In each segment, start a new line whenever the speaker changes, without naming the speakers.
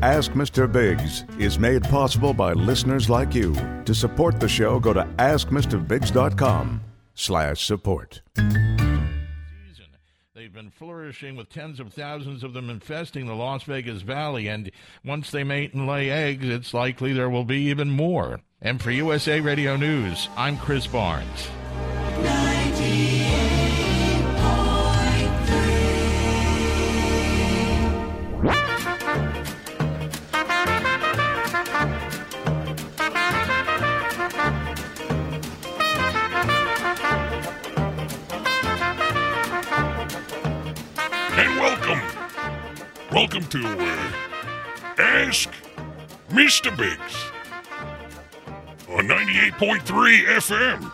Ask Mr. Biggs is made possible by listeners like you. To support the show, go to askmrbiggs.com slash support.
season. They've been flourishing with tens of thousands of them infesting the Las Vegas Valley, and once they mate and lay eggs, it's likely there will be even more. And for USA Radio News, I'm Chris Barnes.
And welcome, welcome to uh, Ask Mr. Biggs on 98.3 FM.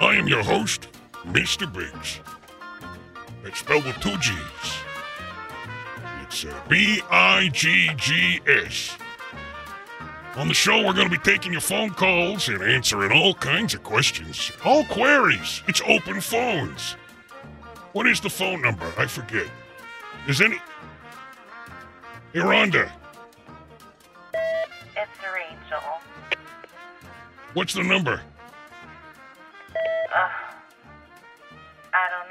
I am your host, Mr. Biggs. That's spelled with two G's. It's uh, B I G G S. On the show, we're going to be taking your phone calls and answering all kinds of questions, all queries. It's open phones. What is the phone number? I forget. Is any. Hey, Rhonda,
It's Rachel.
what's the number?
Ugh. I don't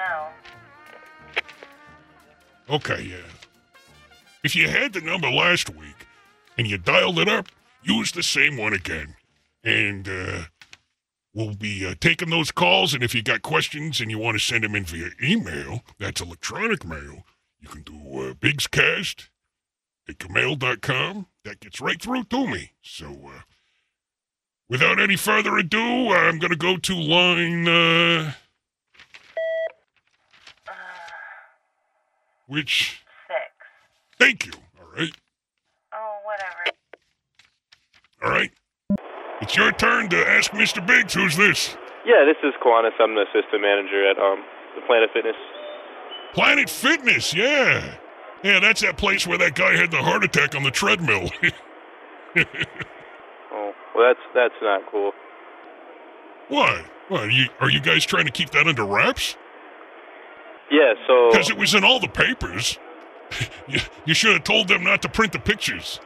know.
Okay, yeah. If you had the number last week and you dialed it up, use the same one again. And uh, we'll be uh, taking those calls. And if you got questions and you want to send them in via email, that's electronic mail, you can do uh, bigscast at gmail.com. That gets right through to me. So uh, without any further ado, I'm going to go to line. Uh, which.
Six.
Thank you. All right.
Oh, whatever.
All right. It's your turn to ask Mr. Biggs who's this.
Yeah, this is Kiwanis. I'm the assistant manager at um the Planet Fitness.
Planet Fitness, yeah. Yeah, that's that place where that guy had the heart attack on the treadmill.
Oh, well, that's that's not cool.
what? What, are you, are you guys trying to keep that under wraps?
Yeah, so
Because it was in all the papers. you, you should have told them not to print the pictures.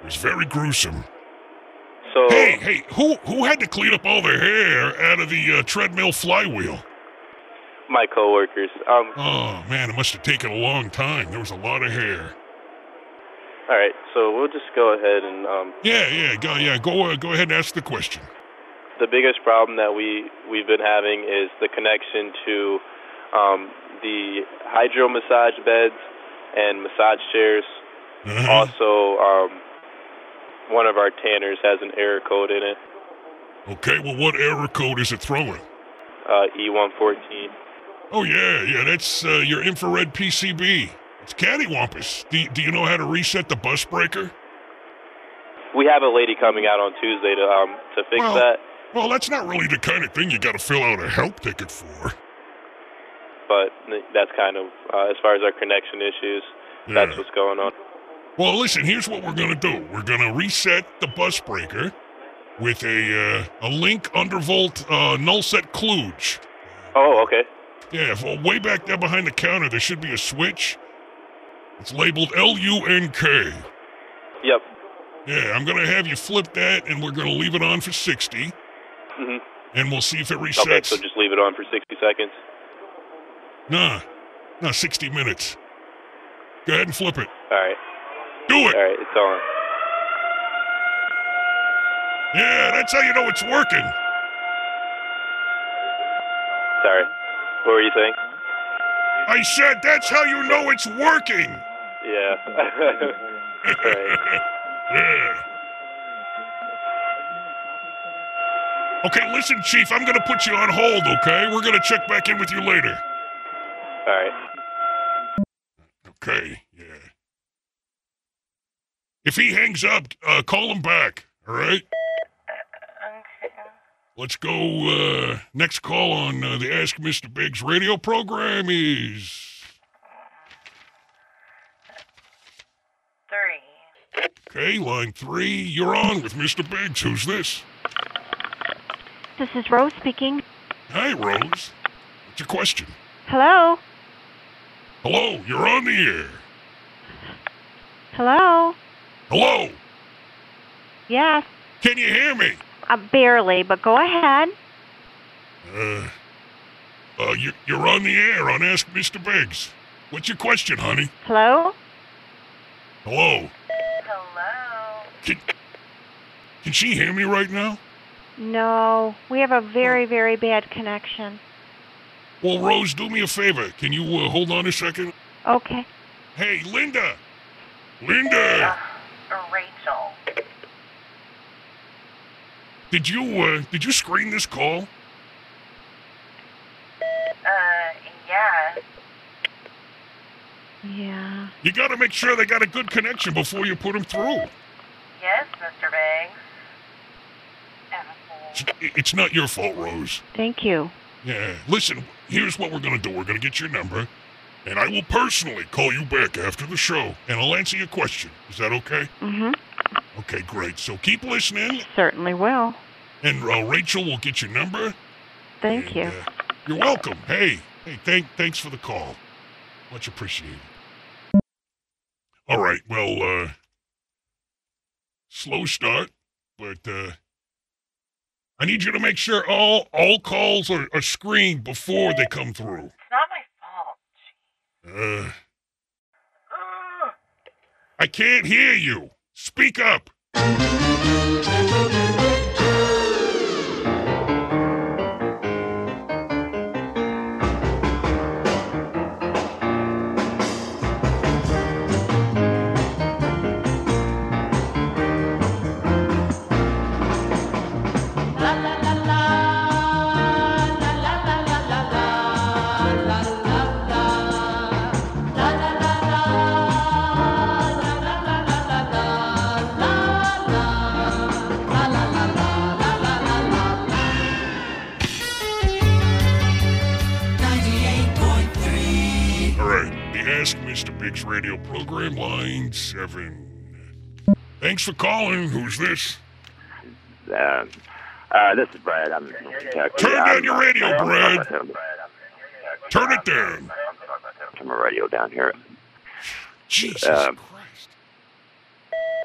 It was very gruesome.
so
Hey, hey, who who had to clean up all the hair out of the uh, treadmill flywheel?
my coworkers. Um,
Oh, man, it must have taken a long time. There was a lot of hair.
all right, so we'll just go ahead and um
Yeah, yeah, go, yeah. Go, uh, go ahead and ask the question.
the biggest problem that we we've been having is the connection to um the hydro massage beds and massage chairs.
Uh-huh.
Also, um, one of our tanners has an error code in it,
Okay, well, what error code is it throwing?
uh, E114.
Oh yeah, yeah, that's uh, your infrared PCB. It's cattywampus. Do, do you know how to reset the bus breaker?
We have a lady coming out on Tuesday to um to fix
well,
that.
well, that's not really the kind of thing you got to fill out a help ticket for.
but th- that's kind of uh, as far as our connection issues.
Yeah.
That's what's going on.
Well, listen, here's what we're gonna do. We're gonna reset the bus breaker with a uh, a link undervolt uh, null set kludge.
Oh, okay.
Yeah, if- well, way back there behind the counter, there should be a switch. It's labeled L U N K.
Yep.
Yeah, I'm gonna have you flip that, and we're gonna leave it on for 60,
hmm
and we'll see if it resets.
Okay, so just leave it on for 60 seconds.
Nah, nah, 60 minutes. Go ahead and flip it.
All right.
Do it.
All right, it's on.
Yeah, that's how you know it's working.
Sorry. What were you saying?
I said that's how you know it's working.
Yeah. right.
Yeah. Okay, listen, Chief, I'm gonna put you on hold. Okay, we're gonna check back in with you later.
All right.
Okay, yeah. If he hangs up, uh, call him back. All right.
Okay.
Let's go. Uh, next call on uh, the Ask Mr. Biggs radio program is.
Three.
Okay, line three, you're on with Mr. Biggs. Who's this?
This is Rose speaking.
Hi, Rose. What's your question?
Hello.
Hello, you're on the air.
Hello?
Hello?
Yes.
Can you hear me?
Uh, barely, but go ahead.
Uh, uh, you, you're on the air on Ask Mr. Biggs. What's your question, honey?
Hello?
Hello?
Hello.
Can, can she hear me right now?
No, we have a very, very bad connection.
Well, Rose, do me a favor. Can you uh, hold on a second?
Okay.
Hey, Linda! Linda!
Uh, Rachel.
Did you uh, did you screen this call?
Uh, yeah.
Yeah.
You got to make sure they got a good connection before you put them through.
Yes, Mr. Biggs. Asshole.
It's, it's not your fault, Rose.
Thank you.
Yeah. Listen, here's what we're gonna do. We're gonna get your number, and I will personally call you back after the show, and I'll answer your question. Is that okay?
Mm-hmm.
Okay, great. So keep listening,
Certainly will.
and uh, Rachel will get your number.
Thank you.
and, uh, you're welcome. Hey, hey, thank, thanks for the call. Much appreciated. All right. Well, uh, slow start, but uh, I need you to make sure all all calls are, are screened before they come through.
It's not my fault.
Uh,
Ugh.
I can't hear you. Speak up. All right, the Ask Mr. Biggs radio program, line seven. Thanks for calling. Who's this?
Uh, uh, this is Brad. I'm from Kentucky.
Turn down
I'm-
your radio,
I'm-
Brad.
I'm-
Turn it down.
Turn my radio down here.
Jesus
Um,
Christ.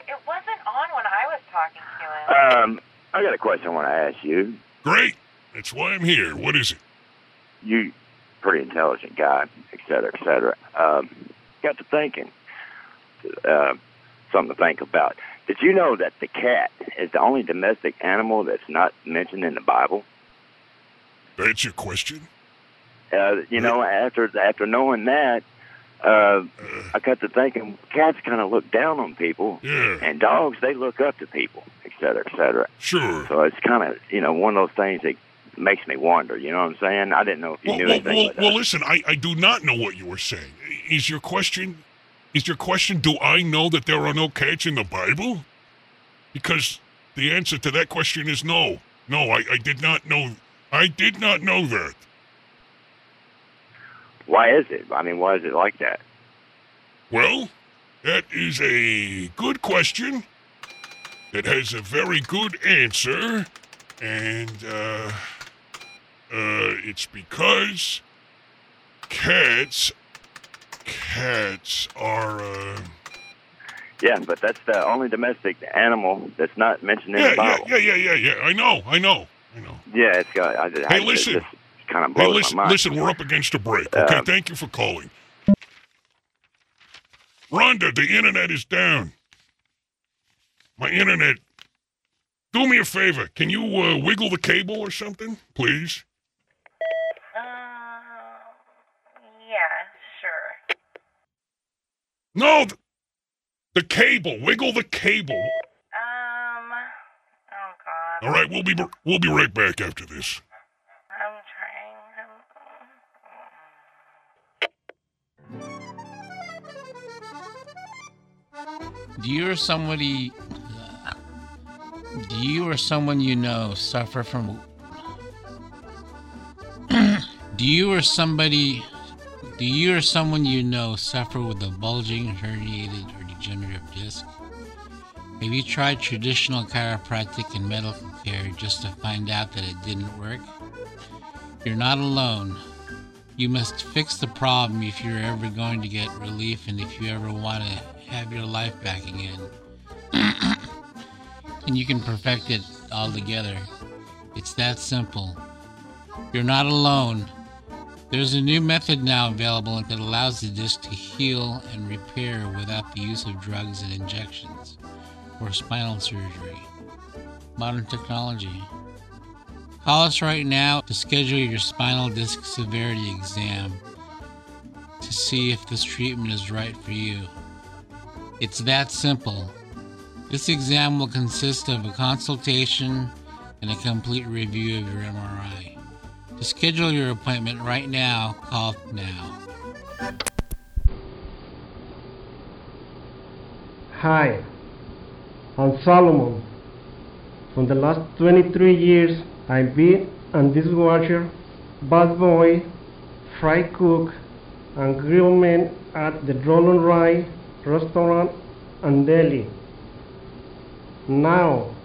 It wasn't on when I was talking to him.
Um, I got a question I want to ask you.
Great. That's why I'm here. What is it?
You, pretty intelligent guy, et cetera, et cetera. Um, got to thinking, uh, something to think about. Did you know that the cat is the only domestic animal that's not mentioned in the Bible?
That's your question?
Uh, you know, after after knowing that, uh,
Uh,
I got to thinking cats kind of look down on people,
yeah,
and dogs they look up to people, et cetera, et cetera.
sure.
So it's kind of you know one of those things that makes me wonder. You know what I'm saying? I didn't know if you
Well,
knew
well,
anything.
well,
about
well,
that.
listen, I, I do not know what you were saying. Is your question, is your question, do I know that there are no cats in the Bible? Because the answer to that question is no. No, I, I did not know. I did not know that.
why is it? I mean, why is it like that?
Well, that is a good question. It has a very good answer, and uh, uh, it's because cats, cats are. Uh,
Yeah, but that's the only domestic animal that's not mentioned in
yeah,
the
yeah,
Bible.
yeah, yeah, yeah, yeah. I know, I know, I know.
Yeah, it's got. I, I,
Hey, listen.
It just kind of blows
Hey, listen,
my mind.
listen, we're up against a break. Okay,
Um,
thank you for calling. Rhonda, the internet is down. My internet. Do me a favor. Can you uh, wiggle the cable or something, please?
Uh, yeah, sure.
No, th- the cable. Wiggle the cable.
Um, oh god.
All right, we'll be br- we'll be right back after this.
I'm trying. I'm...
Do you or somebody, do you or someone you know suffer from? do you or somebody, do you or someone you know suffer with a bulging, herniated, or degenerative disc? Have you tried traditional chiropractic and medical care just to find out that it didn't work? You're not alone. You must fix the problem if you're ever going to get relief and if you ever want to have your life back again. and you can perfect it altogether. It's that simple. You're not alone. There's a new method now available that allows the disc to heal and repair without the use of drugs and injections or spinal surgery. Modern technology. Call us right now to schedule your spinal disc severity exam to see if this treatment is right for you. It's that simple. This exam will consist of a consultation and a complete review of your MRI. To schedule your appointment right now, call now.
Hi, I'm Solomon. For the last 23 years, I've been a dishwasher, bus boy, fry cook, and grillman at the Roll and Rye restaurant and deli. Now,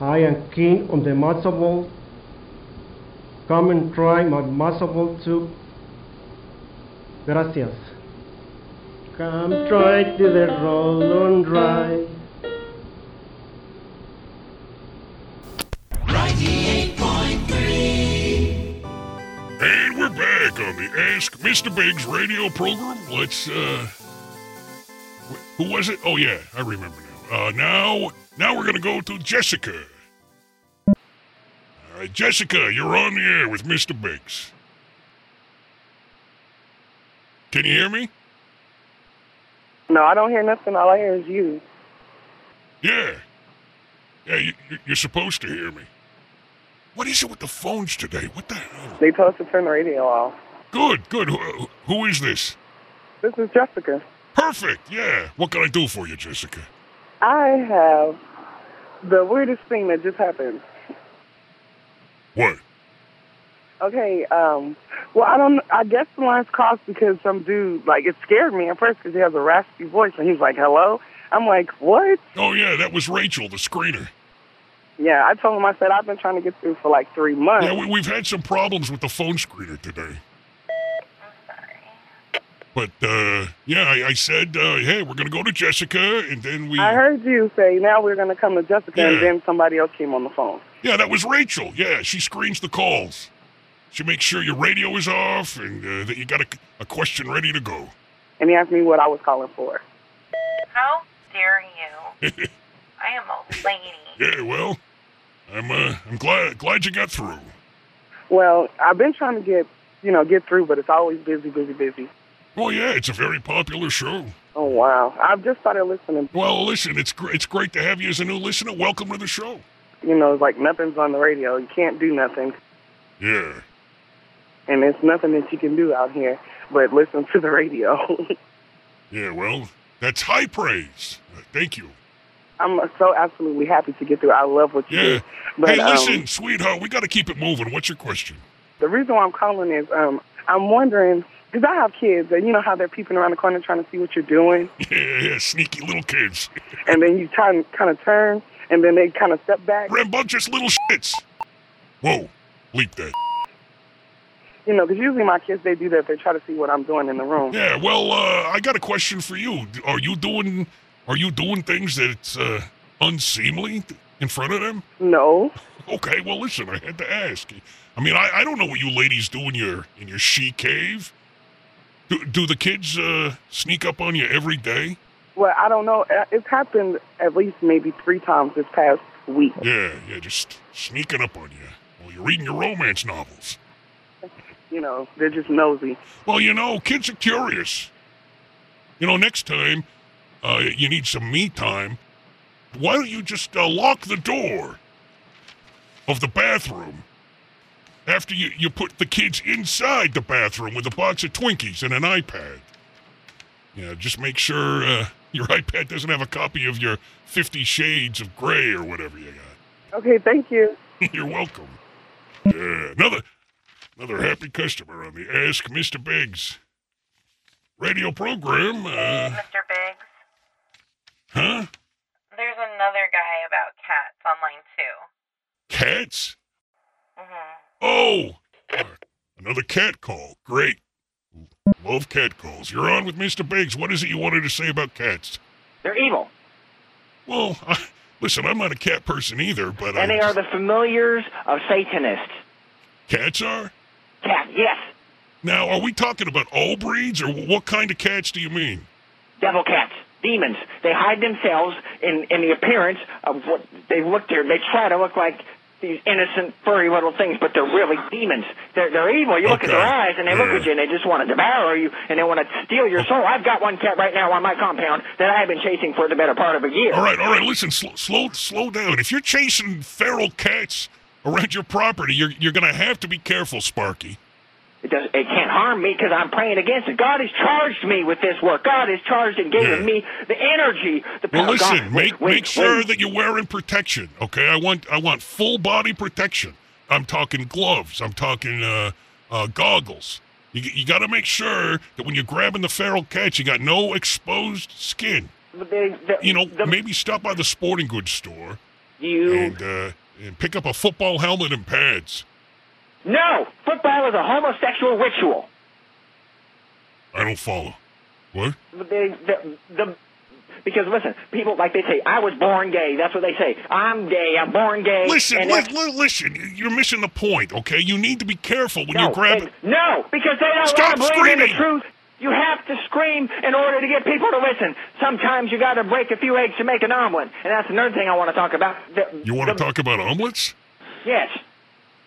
I am keen on the matzo ball. Come and try my matzo ball soup. Gracias. Come try to the roll on dry.
And we're back on the Ask Mr. Biggs radio program. Let's, uh. wh- Who was it? Oh, yeah, I remember now. Uh, now, now we're gonna go to Jessica. All right, Jessica, you're on the air with Mr. Biggs. Can you hear me?
No, I don't hear nothing. All I hear is you.
Yeah. Yeah, you, you- you're supposed to hear me. What is it with the phones today? What the hell?
They told us to turn the radio off.
Good, good. Who, who is this?
This is Jessica.
Perfect, yeah. What can I do for you, Jessica?
I have the weirdest thing that just happened.
What?
Okay, um, well, I don't, I guess the line's crossed because some dude, like, it scared me at first because he has a raspy voice and he was like, hello? I'm like, what?
Oh, yeah, that was Rachel, the screener.
Yeah, I told him, I said, I've been trying to get through for like three months.
Yeah, we, we've had some problems with the phone screener today. But, uh, yeah, I, I said, uh, hey, we're going to go to Jessica, and then we.
I heard you say, now we're going to come to Jessica,
Yeah.
and then somebody else came on the phone.
Yeah, that was Rachel. Yeah, she screens the calls. She makes sure your radio is off and uh, that you got a, a question ready to go.
And he asked me what I was calling for.
How dare you? I am a lady.
Yeah, well, I'm uh, I'm glad glad you got through.
Well, I've been trying to get, you know, get through, but it's always busy, busy, busy.
Well, Oh, yeah, it's a very popular show.
Oh, wow. I've just started listening.
Well, listen, it's gr- it's great to have you as a new listener. Welcome to the show.
You know, it's like nothing's on the radio. You can't do nothing.
Yeah.
And there's nothing that you can do out here but listen to the radio.
Yeah, well, that's high praise. Uh, Thank you.
I'm so absolutely happy to get through. I love what you
Yeah.
do. But
hey, listen,
um,
sweetheart, we got to keep it moving. What's your question?
the reason why I'm calling is um, I'm wondering, because I have kids, and you know how they're peeping around the corner trying to see what you're doing.
Yeah, yeah, sneaky little kids.
And then you try and kind of turn, and then they kind of step back.
Rambunctious little shits. Whoa, bleep that.
You know, because usually my kids, they do that. They try to see what I'm doing in the room.
Yeah, well, uh, I got a question for you. Are you doing are you doing things that's uh, unseemly in front of them?
No.
Okay, well, listen, I had to ask. I mean, I, I don't know what you ladies do in your in your she cave. Do, do the kids uh, sneak up on you every day?
Well, I don't know. Uh, It's happened at least maybe three times this past week.
Yeah, yeah, just sneaking up on you while you're reading your romance novels.
You know, they're just nosy.
Well, you know, kids are curious. You know, next time uh, you need some me time, why don't you just uh, lock the door of the bathroom after you, you put the kids inside the bathroom with a box of Twinkies and an iPad? You know, just make sure uh, your iPad doesn't have a copy of your Fifty Shades of Grey or whatever you got.
Okay, thank you.
You're welcome. Yeah, another another happy customer on the Ask Mr. Biggs radio program. Uh,
Mr. Biggs,
huh?
there's another guy about cats online too.
Cats?
hmm
Mm-hmm.
Oh, another cat call. Great. Love cat calls. You're on with Mr. Biggs. What is it you wanted to say about cats?
They're evil.
Well, I, listen, I'm not a cat person either, but
and
I,
they are the familiars of Satanists.
cats are.
Cat, yes.
Now, are we talking about all breeds, or what kind of cats do you mean?
Devil cats. Demons. They hide themselves in, in the appearance of what they look to. They try to look like these innocent, furry little things, but they're really demons. They're, they're evil. You look at their eyes and they look at you and they just want to devour you and they want to steal your soul. I've got one cat right now on my compound that I have been chasing for the better part of a year.
All right, all right. Listen, slow, slow, slow down. If you're chasing feral cats around your property, you're you're gonna have to be careful, Sparky.
It, does, it can't harm me because I'm praying against it. God has charged me with this work. God has charged and given me the energy, the power.
Well, listen,
God,
make
wait,
make sure
wait.
that you're wearing protection. Okay, I want I want full body protection. I'm talking gloves. I'm talking uh, uh, goggles. You, you got to make sure that when you're grabbing the feral cats, you got no exposed skin. you know, maybe stop by the sporting goods store
you
and uh, and pick up a football helmet and pads.
No, football is a homosexual ritual.
I don't follow. What?
They, the, the, because listen, people like they say, I was born gay. That's what they say. I'm gay. I'm born gay.
Listen,
and
li-
that's-
li- listen. You're missing the point. Okay, you need to be careful when
no,
you're grabbing.
and- no, because they don't
Stop
want to believe in the
screaming!
truth. You have to scream in order to get people to listen. Sometimes you got to break a few eggs to make an omelet, and that's another thing I want to talk about. The,
You want to talk about omelets?
yes.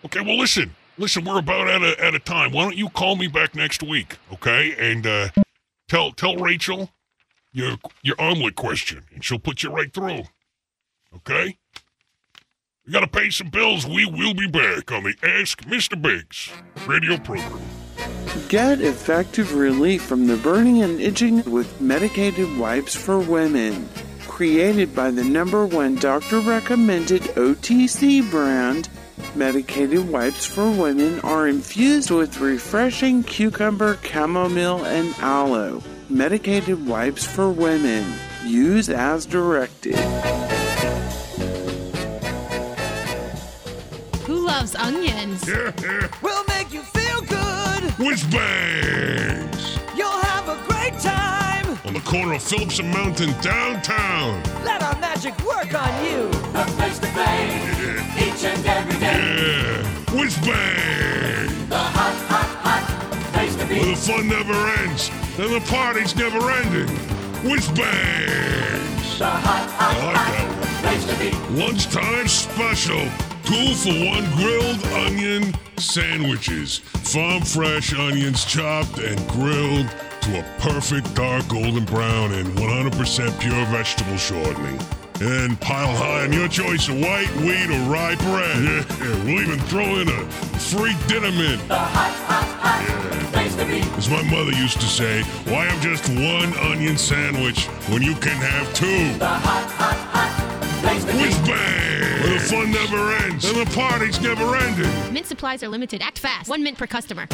Okay, well, listen, listen, we're about out of out of time. Why don't you call me back next week, okay? And uh, tell tell Rachel your your omelet question, and she'll put you right through. Okay. We gotta pay some bills. We will be back on the Ask Mr. Biggs radio program.
Get effective relief from the burning and itching with medicated wipes for women. Created by the number one doctor recommended OTC brand, medicated wipes for women are infused with refreshing cucumber, chamomile, and aloe. Medicated wipes for women. Use as directed.
Who loves onions?
We'll make you feel good.
Whiz bangs
You'll have a great time.
on the corner of Phillips and Mountain downtown.
Let our magic work on you. A place to play each and every
Yeah, whiz bang. The hot, hot, hot place to be. Where the fun never ends and the party's never ending. Whiz bangs. The hot, hot, place to be. Lunchtime special. Two for one grilled onion sandwiches. Farm fresh onions chopped and grilled to a perfect dark golden brown and 100% pure vegetable shortening. And pile high on your choice of white wheat or rye bread. Yeah, we'll even throw in a free dinner mint. As my mother used to say, why have just one onion sandwich when you can have two? The hot, hot, hot place to Whiz bang! Where the fun never ends and the party's never ending.
Mint supplies are limited. Act fast. One mint per customer.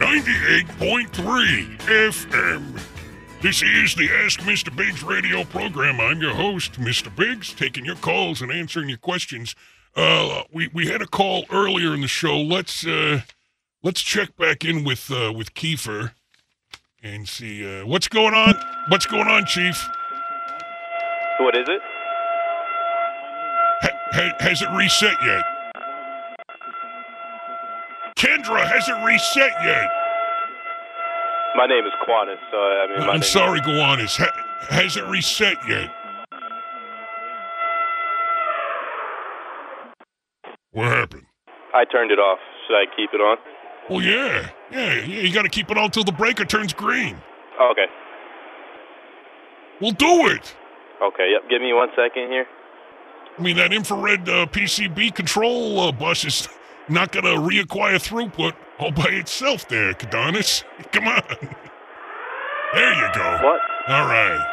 Ninety-eight point three FM. This is the Ask Mr. Biggs radio program. I'm your host, Mr. Biggs, taking your calls and answering your questions. Uh, we we had a call earlier in the show. Let's uh, let's check back in with uh, with Kiefer and see uh, what's going on. What's going on, Chief?
What is it?
Ha- has it reset yet? Kendra, has it reset yet?
My name is Qantas, so I mean, my name
I'm
is-
sorry, Gowanus. Ha- has it reset yet? What happened?
I turned it off. Should I keep it on?
Well, yeah, yeah, yeah. You got to keep it on till the breaker turns green.
Oh, okay.
Well, do it.
Okay. Yep. Give me one second here.
I mean, that infrared uh, PCB control uh, bus is not going to reacquire throughput all by itself. There, Cadonis. Come on. There you go.
What?
All right.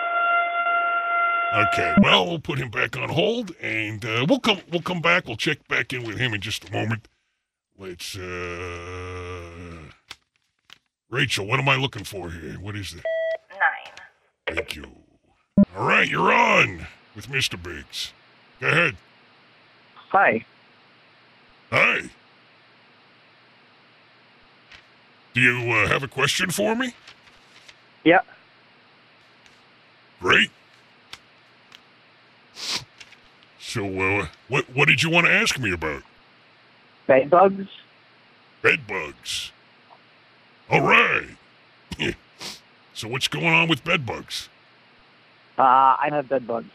Okay. Well, we'll put him back on hold, and uh, we'll come. We'll come back. We'll check back in with him in just a moment. Let's. Uh... Rachel, what am I looking for here? What is it?
Nine.
Thank you. All right, you're on with Mr. Biggs. Go ahead.
Hi.
Hi. Do you uh, have a question for me?
Yeah.
Great. So, uh, what what did you want to ask me about?
Bed bugs.
Bed bugs. All right. so, what's going on with bed bugs?
Uh, I have bed bugs.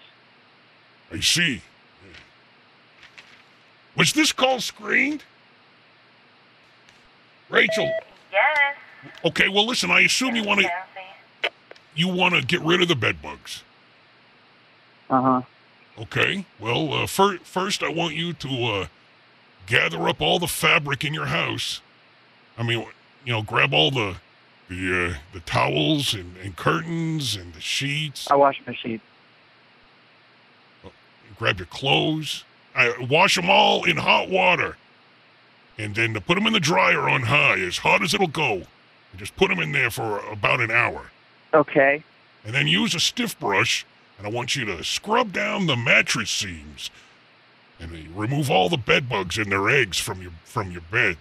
I see. Was this call screened? Rachel.
Yes.
Okay, well listen, I assume you want to you want to get rid of the bed bugs.
Uh huh.
Okay. Well, uh, fir- first I want you to uh, gather up all the fabric in your house. I mean, you know, grab all the the uh, the towels and, and curtains and the sheets. Oh,
I wash my sheets.
grab your clothes. I wash them all in hot water, and then to put them in the dryer on high, as hot as it'll go. And just put them in there for about an hour,
Okay.
and then use a stiff brush. And I want you to scrub down the mattress seams, and then you remove all the bed bugs and their eggs from your from your bed.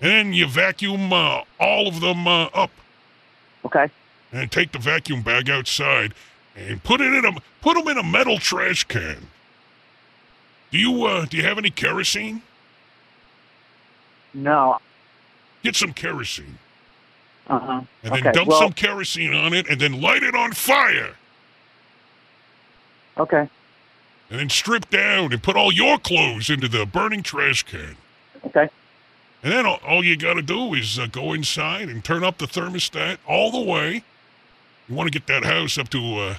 And then you vacuum uh, all of them uh, up.
Okay.
And take the vacuum bag outside and put it in a put them in a metal trash can. Do you uh, do you have any kerosene?
No.
Get some kerosene
Uh huh.
and
okay.
then dump
well,
some kerosene on it and then light it on fire
Okay.
and then strip down and put all your clothes into the burning trash can.
Okay.
And then all, all you got to do is uh, go inside and turn up the thermostat all the way. You want to get that house up to uh,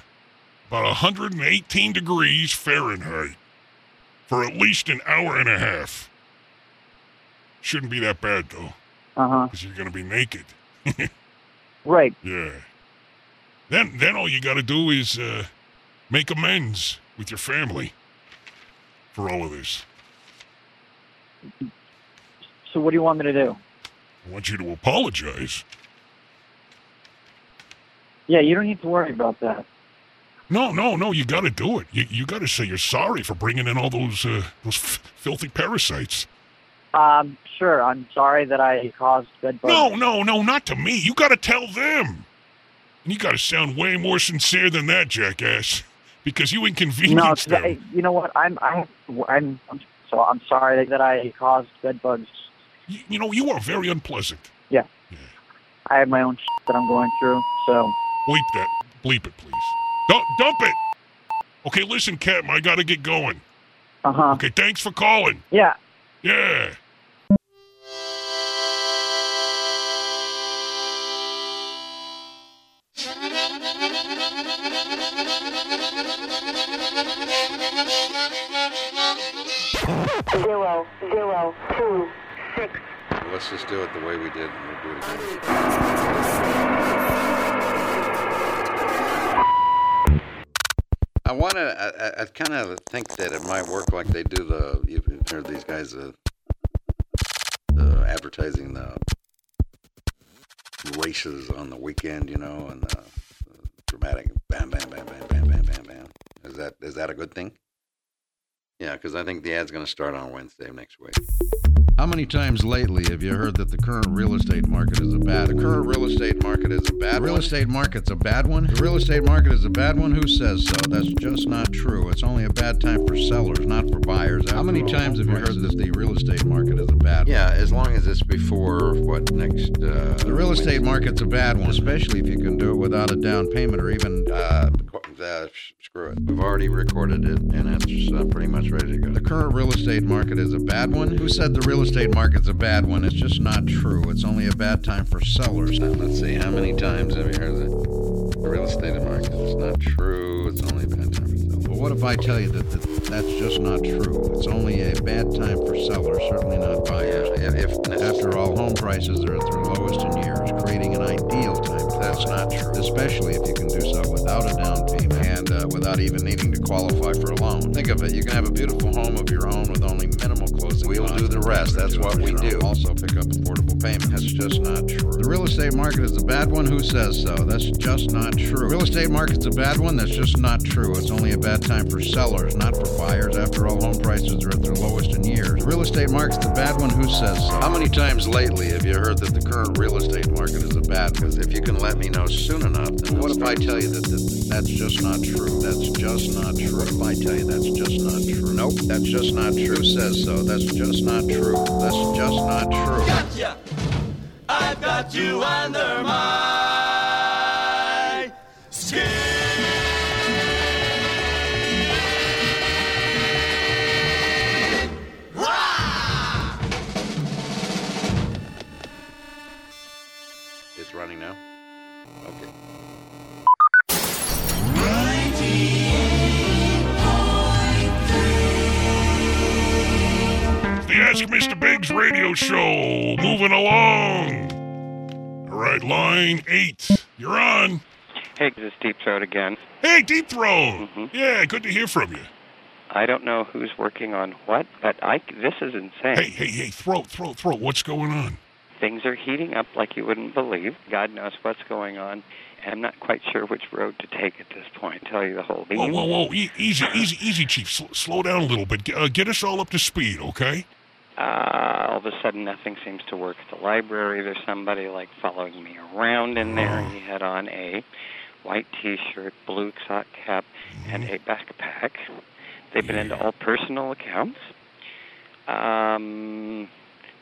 about 118 degrees Fahrenheit for at least an hour and a half. Shouldn't be that bad, though,
Uh huh.
because you're going to be naked.
Right.
Yeah. Then, then all you got to do is uh, make amends with your family for all of this.
So what do you want me to do?
I want you to apologize.
Yeah, you don't need to worry about that.
No, no, no. You got to do it. You, you got to say you're sorry for bringing in all those uh, those f- filthy parasites.
Um, sure. I'm sorry that I caused bed bugs.
No, no, no, not to me. You got to tell them. And you got to sound way more sincere than that, jackass, because you
No,
inconvenienced
'cause I,
them.
you know what? I'm, I'm, I'm, I'm. So I'm sorry that I caused bed bugs.
You, you know, you are very unpleasant.
Yeah. I have my own shit that I'm going through. So.
Bleep that. Bleep it, please. Dump, dump it. Okay, listen, Captain, I got to get going.
Uh huh.
Okay, thanks for calling.
Yeah.
Yeah.
Zero, zero, two, six.
Let's just do it the way we did, and we'll do it again. I want to. I, I, I kind of think that it might work like they do the. You've heard these guys uh, uh, advertising the races on the weekend, you know, and the, the dramatic bam, bam, bam, bam, bam, bam, bam, bam. Is that is that a good thing? Yeah, because I think the ad's going to start on Wednesday of next week. How many times lately have you heard that the current real estate market is a bad? The current real estate market is a bad. Real estate market's a bad one. The real estate market is a bad one. Who says so? That's just not true. It's only a bad time for sellers, not for buyers. How many times have you heard that the real estate market is a bad? Yeah, as long as it's before what next? Uh, the real estate market's a bad one, especially if you can do it without a down payment or even. Uh, uh, screw it. We've already recorded it, and it's uh, pretty much ready to go. The current real estate market is a bad one. Who said the real estate market's a bad one? It's just not true. It's only a bad time for sellers. Now, let's see. How many times have you heard that the real estate market is not true? It's only a bad time for sellers. Well, what if I tell you that, that that's just not true? It's only a bad time for sellers, certainly not buyers. if, After all, home prices are at their lowest in years, creating an ideal time. That's not true. Especially if you can do so without a down payment and uh, without even needing to qualify for a loan. Think of it. You can have a beautiful home of your own with only minimal closing We'll do the rest. That's what we do. Also pick up affordable payments. That's just not true. The real estate market is a bad one. Who says so? That's just not true. Real estate market's a bad one. That's just not true. It's only a bad time for sellers, not for buyers. After all, home prices are at their lowest in years. The real estate market's a bad one. Who says so? How many times lately have you heard that the current real estate market is a bad one? If you can let me know soon enough, then what if I tell you that, that that's just not true? That's just not true. What if I tell you that's just not true? Nope, that's just not true. Who says so? That's just not true. That's just not true.
Gotcha! I've got you under my skin.
It's running now. Okay.
The Ask Mr. Biggs radio show. Moving along. All right, line eight. You're on. Oh.
Hey, this is Deep Throat again. Mm-hmm.
Hey, Deep Throat. Yeah, good to hear from you.
I don't know who's working on what, but I this is insane.
Hey, hey, hey, Throat, Throat, Throat. What's going on?
Things are heating up like you wouldn't believe. God knows what's going on, and I'm not quite sure which road to take at this point. Tell you the whole
Whoa,
thing.
whoa, whoa. E- easy, easy, easy, Chief. Sl- slow down a little bit. G- Uh, get us all up to speed, okay?
Uh, all of a sudden, nothing seems to work at the library. There's somebody like following me around in there.
Oh.
He had on a white T-shirt, blue sock cap, and a backpack. They've been into all personal accounts. Um,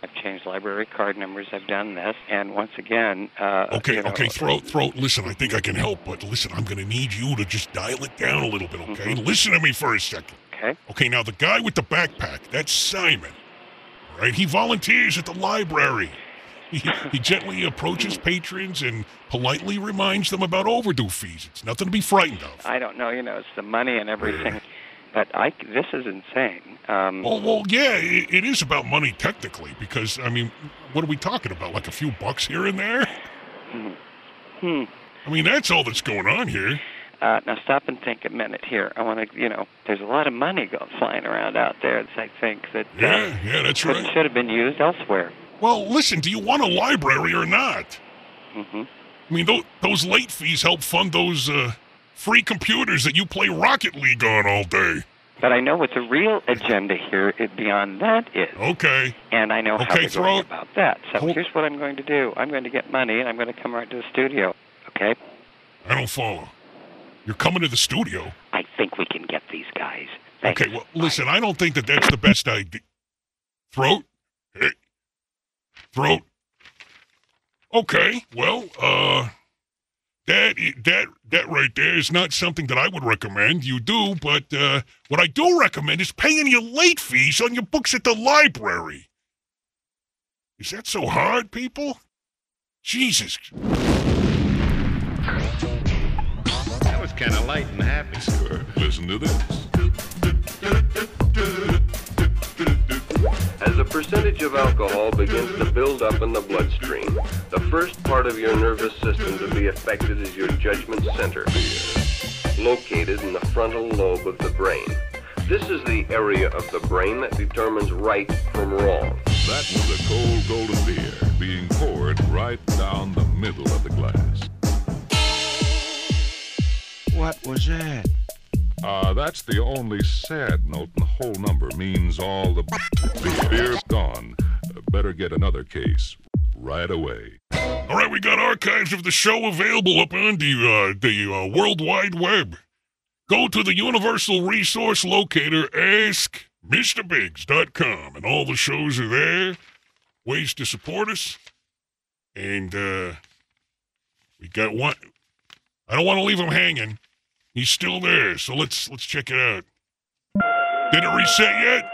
I've changed library card numbers. I've done this, and once again, uh,
Okay,
you know,
okay, Throat, Throat. Listen, I think I can help, but listen, I'm going to need you to just dial it down a little bit, okay? Listen to me for a second.
Mm-hmm. Okay.
Okay, now the guy with the backpack, that's Simon. all Right? He volunteers at the library. He, he gently approaches
Mm-hmm.
patrons and politely reminds them about overdue fees. It's nothing to be frightened of.
I don't know. You know, it's the money and everything. But I, this is insane. Um,
Well, well, yeah, it, it is about money technically, because I mean, what are we talking about? Like a few bucks here and there?
Mm-hmm. Hmm.
I mean, that's all that's going on here.
Uh, now stop and think a minute here. I want to, you know, there's a lot of money go flying around out there. It's, I think that uh,
Yeah, yeah, that's
could,
right.
should have been used elsewhere.
Well, listen, do you want a library or not?
Mm-hmm.
I mean, those, those late fees help fund those uh, free computers that you play Rocket League on all day.
But I know what the real agenda here is beyond that is.
Okay.
And I know how
Okay,
we're going
throw-
about that. So here's what I'm going to do. I'm going to get money and I'm going to come right to the studio. Okay.
I don't follow. You're coming to the studio.
I think we can get these guys.
Okay, well, listen, I don't think that that's the best idea. Throat? Hey. Throat? Okay, well, uh, that, i- that, that right there is not something that I would recommend. You do, but, uh, what I do recommend is paying your late fees on your books at the library. Is that so hard, people? Jesus.
That was kind of light and happy. Listen to this.
As a percentage of alcohol begins to build up in the bloodstream, the first part of your nervous system to be affected is your judgment center, located in the frontal lobe of the brain. This is the area of the brain that determines right from wrong.
That was a cold golden beer being poured right down the middle of the glass. What was that? Uh, that's the only sad note in the whole number. Means all the beer gone. Uh, Better get another case right away.
All right, we got archives of the show available up on the uh, the uh, World Wide Web. Go to the Universal Resource Locator, askmrbiggs.com, and all the shows are there. Ways to support us, and uh, we got one. I don't want to leave him hanging. He's still there, so let's let's check it out. Did it reset yet?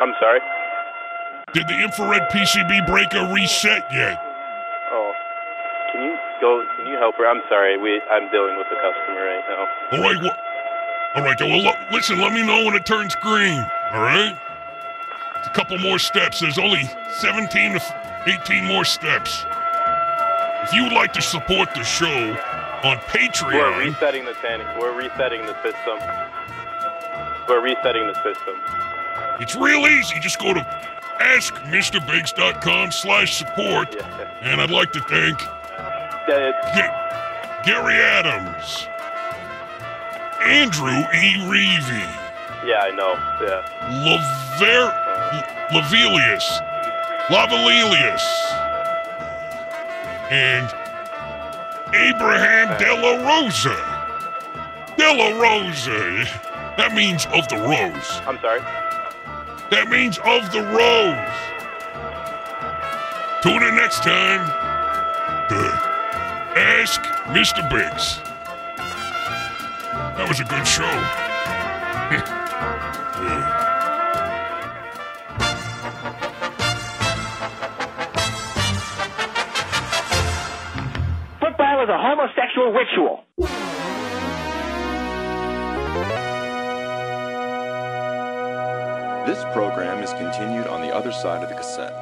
I'm sorry.
Did the infrared PCB breaker reset yet?
Oh, can you go? Can you help her? I'm sorry. We I'm dealing with a customer right now.
All right, well, all right. Well, lo- listen. Let me know when it turns green. All right. It's a couple more steps. There's only 17 to 18 more steps. If you'd like to support the show on
We're
Patreon,
resetting the tanning. We're resetting the system. We're resetting the system.
It's real easy. Just go to askmrbiggs.com slash support. And I'd like to thank Ga- Gary Adams, Andrew E. Reevy,
Yeah, I know. Yeah.
Laver- Lavelius, Lavalelius, and Abraham De La Rosa. De La Rosa. That means of the rose.
I'm sorry.
That means of the rose. Tune in next time to Ask Mr. Biggs. That was a good show. Yeah.
Football is a homosexual ritual.
This program is continued on the other side of the cassette.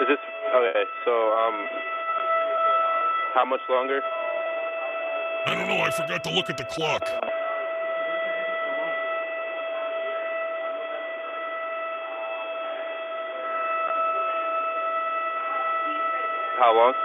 Is this okay? So, um, how much longer?
I don't know. I forgot to look at the clock.
How long?